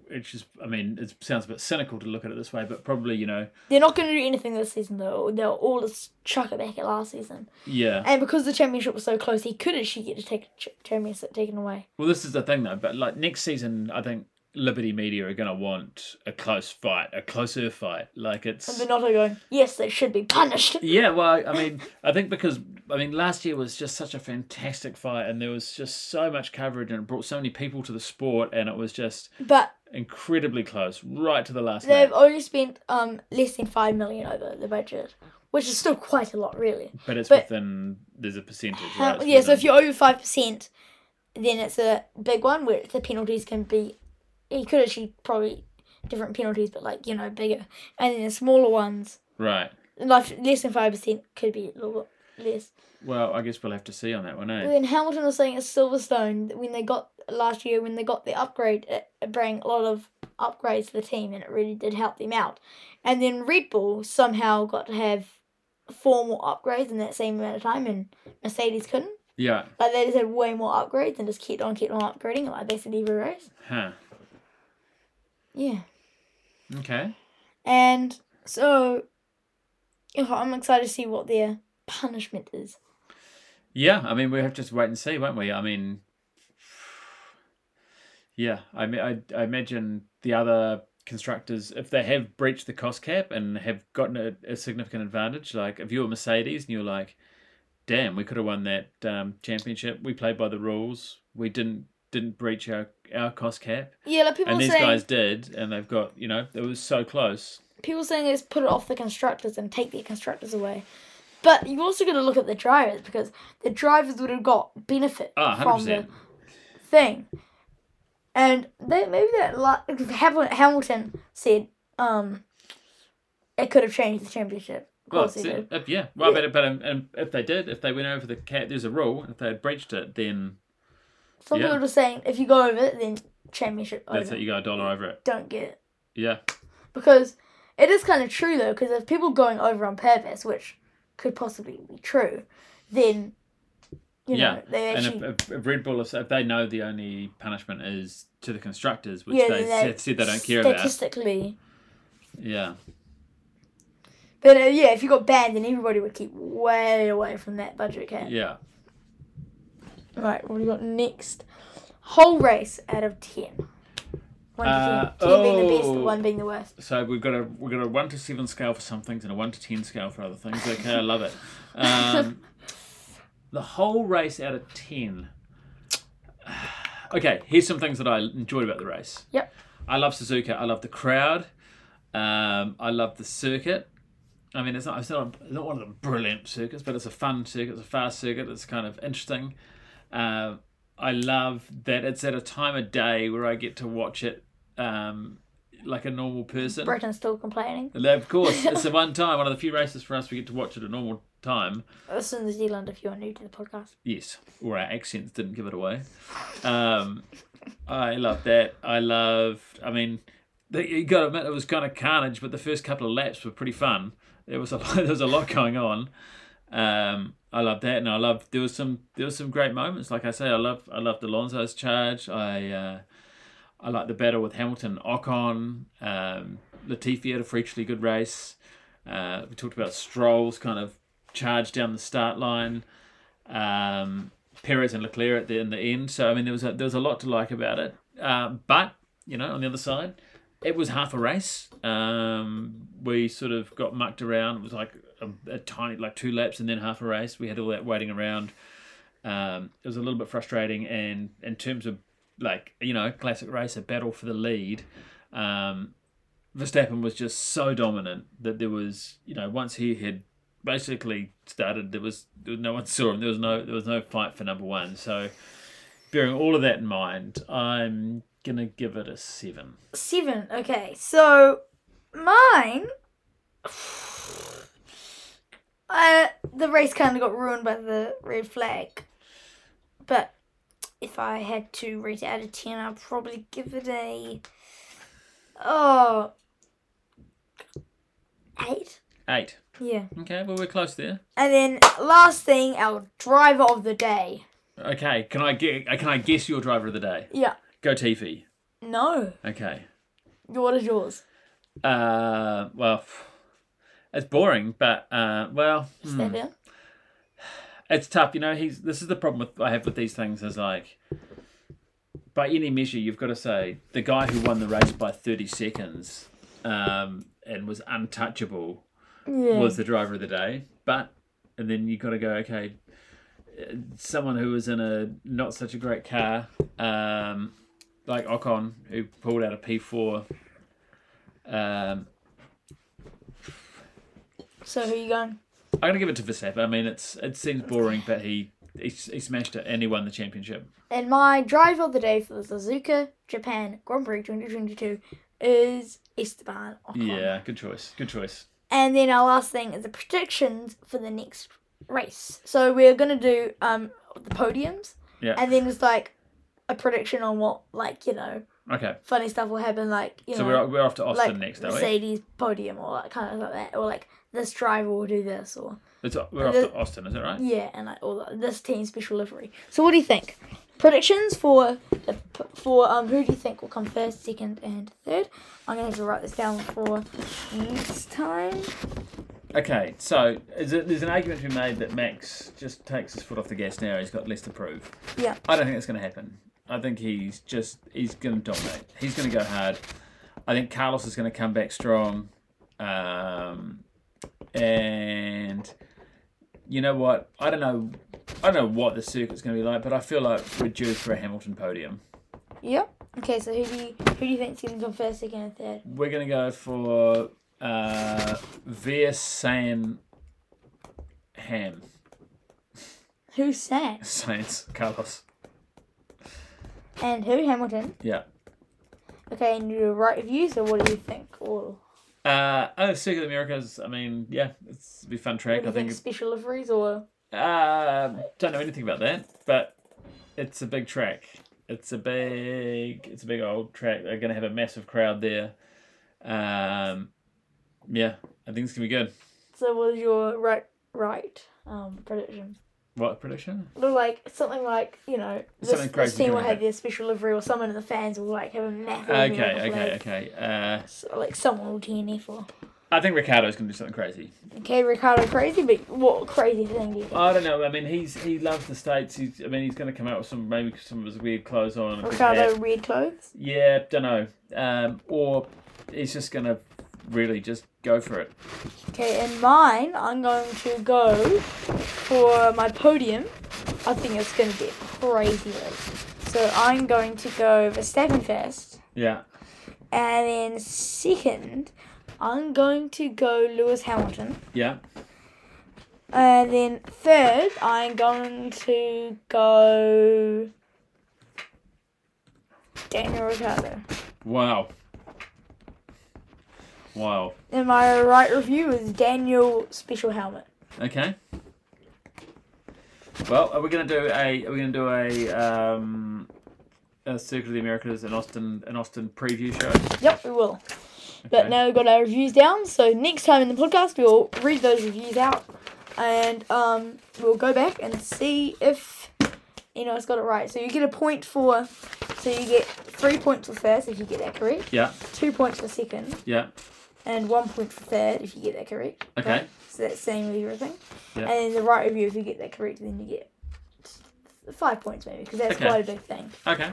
It's just, I mean, it sounds a bit cynical to look at it this way, but probably, you know, They're not going to do anything this season, though. They'll all just chuck it back at last season. yeah. And because the championship was so close, he could actually get to take ch- championship taken away. Well, this is the thing though, but like next season, I think Liberty Media are going to want a close fight, a closer fight. Like And it's Benotto going, yes, they should be punished. yeah. Well, I mean, I think because I mean, last year was just such a fantastic fight, and there was just so much coverage, and it brought so many people to the sport, and it was just But incredibly close, right to the last. they've lap. only spent um less than five million over the budget, which is still quite a lot, really. But it's but- within there's a percentage. How- Right? It's yeah, so within- if you're over five percent, then it's a big one where the penalties can be. You could actually probably different penalties, but like you know bigger, and then the smaller ones, right. like less than five percent, could be a little bit less. Well, I guess we'll have to see on that one, eh? And then Hamilton was saying at Silverstone that when they got last year when they got the upgrade, it, it brought a lot of upgrades to the team, and it really did help them out. And then Red Bull somehow got to have four more upgrades in that same amount of time, and Mercedes couldn't. Yeah. Like they just had way more upgrades and just kept on kept on upgrading it like basically every race. Huh. Yeah. Okay. And so oh, I'm excited to see what their punishment is. Yeah, I mean, we have to just wait and see, won't we? I mean, yeah, I mean, I, I imagine the other constructors, if they have breached the cost cap and have gotten a, a significant advantage, like if you were Mercedes and you're like, damn, we could have won that um, championship. We played by the rules. We didn't didn't breach our our cost cap, Yeah, like people and are these saying guys did, and they've got you know it was so close. people are saying let's put it off the constructors and take their constructors away. But you also gotta look at the drivers because the drivers would have got benefit Ah, hundred from the percent. thing. And they maybe that li- Hamil- Hamilton said um it could have changed the championship. Of Well, course see, it did. if, yeah. Well, Yeah. but but um, um, if they did, if they went over the cap, there's a rule. If they had breached it, then Some Yeah. people are saying if you go over it, then championship over. that's it. You got a dollar over it. Don't get it Yeah. because it is kind of true though. Because if people going over on purpose, which could possibly be true, then you know Yeah. they And actually if, if, if Red Bull, if, if they know the only punishment is to the constructors, which yeah they they- said, said they don't care about. statistically. Yeah. But uh, yeah, if you got banned, then everybody would keep way away from that budget cap. Yeah. Right, what do you got next? Whole race out of ten. One to Uh, ten. Ten being the best, oh. one being the worst. So we've got a we've got a one to seven scale for some things and a one to ten scale for other things. Okay, I love it. Um, the whole race out of ten. Okay, here's some things that I enjoyed about the race. Yep. I love Suzuka. I love the crowd. Um, I love the circuit. I mean, it's not it's not, not one of the brilliant circuits, but it's a fun circuit. It's a fast circuit. It's kind of interesting. Um, I love that it's at a time of day where I get to watch it um, like a normal person. Britain's still complaining. And Of course, it's the one time, one of the few races for us we get to watch at a normal time. This is New Zealand if you are new to the podcast. Yes, or our accents didn't give it away. Um, I love that. I love. I mean, the, you got to admit it was kind of carnage, but the first couple of laps were pretty fun. There was a lot, *laughs* there was a lot going on. Um, I love that, and I love there was some there was some great moments. Like I say, I love I loved Alonso's charge. I uh, I like the battle with Hamilton, Ocon, um, Latifi had a freakishly good race. Uh, we talked about Stroll's kind of charge down the start line um, Perez and Leclerc at the, in the end. So I mean, there was a, there was a lot to like about it. Um, but you know, on the other side, it was half a race. Um, we sort of got mucked around. It was like a, a tiny, like two laps, and then half a race. We had all that waiting around. Um, it was a little bit frustrating, and in terms of like you know, classic race, a battle for the lead. Um, Verstappen was just so dominant that there was, you know, once he had basically started, there was, there was no one saw him. There was no there was no fight for number one. So, bearing all of that in mind, I'm gonna give it a seven. Seven. Okay, so mine. *sighs* Uh, the race kind of got ruined by the red flag, but if I had to rate it out of ten, I'd probably give it a oh eight. Eight. Yeah, Okay, well we're close there. and then last thing, our driver of the day. Okay, can I get can I guess your driver of the day? Yeah. Go Tifi. No. Okay. What is yours? Uh, well, it's boring, but uh, well. Is hmm. that it? it's tough you know he's this is the problem with i have with these things is like by any measure, you've got to say the guy who won the race by 30 seconds um, and was untouchable Yeah. was the driver of the day. But, and then you've got to go, okay, uh, someone who was in a not such a great car, um, like Ocon, who pulled out a P4. Um, so who you going? I'm going to give it to Verstappen. I mean, it's it seems boring, but he, he, he smashed it and he won the championship. And my driver of the day for the Suzuka Japan Grand Prix 2022 is Esteban Ocon. Yeah, good choice. Good choice. And then our last thing is the predictions for the next race. So we're gonna do um the podiums, Yeah. and then it's like a prediction on what like you know Okay. funny stuff will happen, like you So know we're, we're off to Austin like next, are we? Mercedes podium or like kind of like that, or like this driver will do this, or It's, we're off to Austin, is that right? yeah, and like all that, this team special livery. So what do you think? Predictions for the p- for um who do you think will come first, second, and third? I'm gonna have to write this down for next time. Okay, so is it, there's an argument to be made that Max just takes his foot off the gas now. He's got less to prove. Yeah. I don't think that's going to happen. I think he's just he's going to dominate. He's going to go hard. I think Carlos is going to come back strong, um, and you know what? I don't know. I don't know what the circuit's going to be like, but I feel like we're due for a Hamilton podium. Yep. Okay, so who do you who do you think's gonna come first, second, and third? We're going to go for uh, Versan Ham. *laughs* Who Sam? Science, Carlos. And who Hamilton? Yeah. Okay, and you write reviews, or what do you think? Or Uh, oh, Circuit of the Americas. I mean, yeah, it's it'll be a fun what track. do I you think think. special liveries or Uh, don't know anything about that, but it's a big track. It's a big, it's a big old track. They're gonna have a massive crowd there. Um, yeah, I think it's gonna be good. so? What is your right right um prediction? What prediction? Or like something like you know this, Something this crazy team will gonna have their special livery, or someone in the fans will like have a massive. American Okay, flag. okay, okay. Uh, So, like someone will DNF or I think Ricardo's gonna do something crazy. okay, Ricardo crazy, but what crazy thing do you? I don't know. I mean, he's he loves the states. He's, I mean, he's gonna come out with some maybe some of his weird clothes on. a big hat. Ricardo red clothes. Yeah, don't know. Um, or he's just gonna really just go for it. Okay, and mine, I'm going to go for my podium. I think it's going to be a crazy race. So I'm going to go Verstappen first, Yeah. and then second, I'm going to go Lewis Hamilton, Yeah. and Uh, then third, I'm going to go Daniel Ricciardo. Wow. Wow. And my right review is Daniel Special Helmet. Okay. Well, are we gonna do a are we gonna do a um a Circuit of the Americas an Austin an Austin preview show? Yep, we will. But now we've got our reviews down, so next time in the podcast we'll read those reviews out and um, we'll go back and see if you know it's got it right. So you get a point for so you get three points for first if you get that correct, Yeah, two points for second, yeah. and one point for third if you get that correct. Okay. So that's same with everything. Yeah. And then the right review if you get that correct then you get five points maybe because that's Okay. quite a big thing. Okay.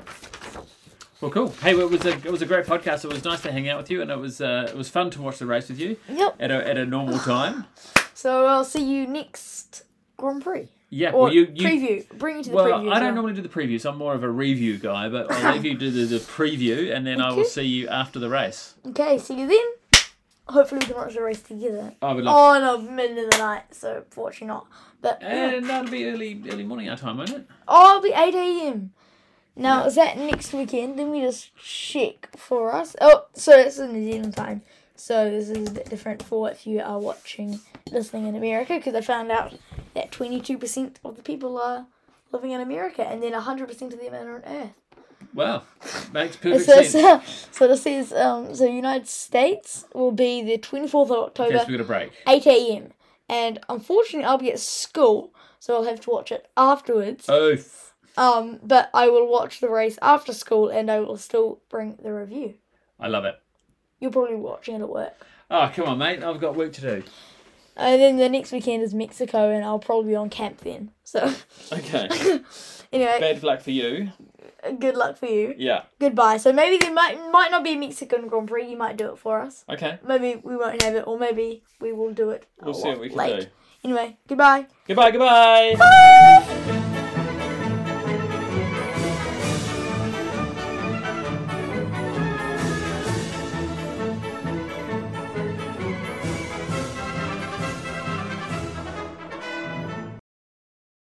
Well, cool. Hey, well, it was a it was a great podcast. It was nice to hang out with you, and it was uh, it was fun to watch the race with you Yep. at a, at *sighs* a normal time. So I'll see you next Grand Prix. Yeah. Or well, you, you preview. Bring you to the Well, preview. I as don't well. normally do the previews. I'm more of a review guy, *laughs* but I'll leave you to do the preview, and then I will Okay. see you after the race. Okay, see you then. Hopefully we can watch the race together. I would love. Oh no, middle of the night, so fortunately not. But yeah. And that'll be early, early morning our time, won't it? oh, it'll be eight a.m. Now is that next weekend? Let me just check for us. Oh, so it's in New Zealand time. So this is a bit different for if you are watching, listening in America, because I found out that twenty-two percent of the people are living in America, and then hundred percent of them are on Earth. Wow, *laughs* makes And perfect So, sense. so, so this is um, so United States will be the twenty-fourth of October. Okay, so we got a break. 8 a.m. And unfortunately, I'll be at school, so I'll have to watch it afterwards. Oh, f- Um, but I will watch the race after school, and I will still bring the review. I love it. Ah, You're probably watching it at work. Oh, come on, mate. I've got work to do. And then the next weekend is Mexico, and I'll probably be on camp then. So *laughs* Okay. *coughs* anyway, Bad luck for you. good luck for you. Yeah. Goodbye. So maybe there might might not be a Mexican Grand Prix. You might do it for us. Okay. Maybe we won't have it, or maybe we will do it. a We'll see lot what we can late. do. Anyway, goodbye. Goodbye. Goodbye. Bye.